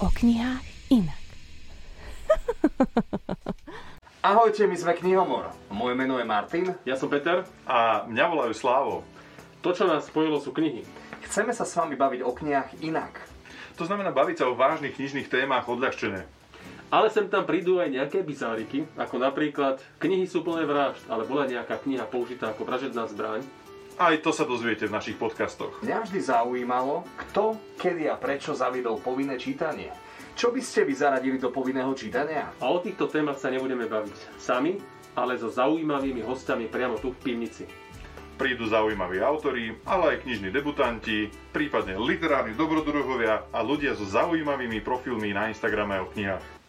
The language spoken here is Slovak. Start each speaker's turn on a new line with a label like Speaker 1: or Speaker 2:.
Speaker 1: knihách inak.
Speaker 2: Ahojte, my sme Knihomor. Moje meno je Martin.
Speaker 3: Ja som Peter.
Speaker 4: A mňa volajú Slávo.
Speaker 3: To, čo nás spojilo, sú knihy.
Speaker 2: Chceme sa s vami baviť o knihách inak.
Speaker 4: To znamená baviť sa o vážnych knižných témach odľahčené.
Speaker 3: Ale sem tam prídu aj nejaké bizáriky, ako napríklad knihy sú plné vražd, ale bola nejaká kniha použitá ako vražedná zbraň.
Speaker 4: Aj to sa dozviete v našich podcastoch.
Speaker 2: Mňa vždy zaujímalo, kto, kedy a prečo zaviedol povinné čítanie. Čo by ste vy zaradili do povinného čítania?
Speaker 3: A o týchto témach sa nebudeme baviť sami, ale so zaujímavými hostami priamo tu v pivnici.
Speaker 4: Prídu zaujímaví autori, ale aj knižní debutanti, prípadne literárni dobrodruhovia a ľudia so zaujímavými profilmi na Instagrame o knihách.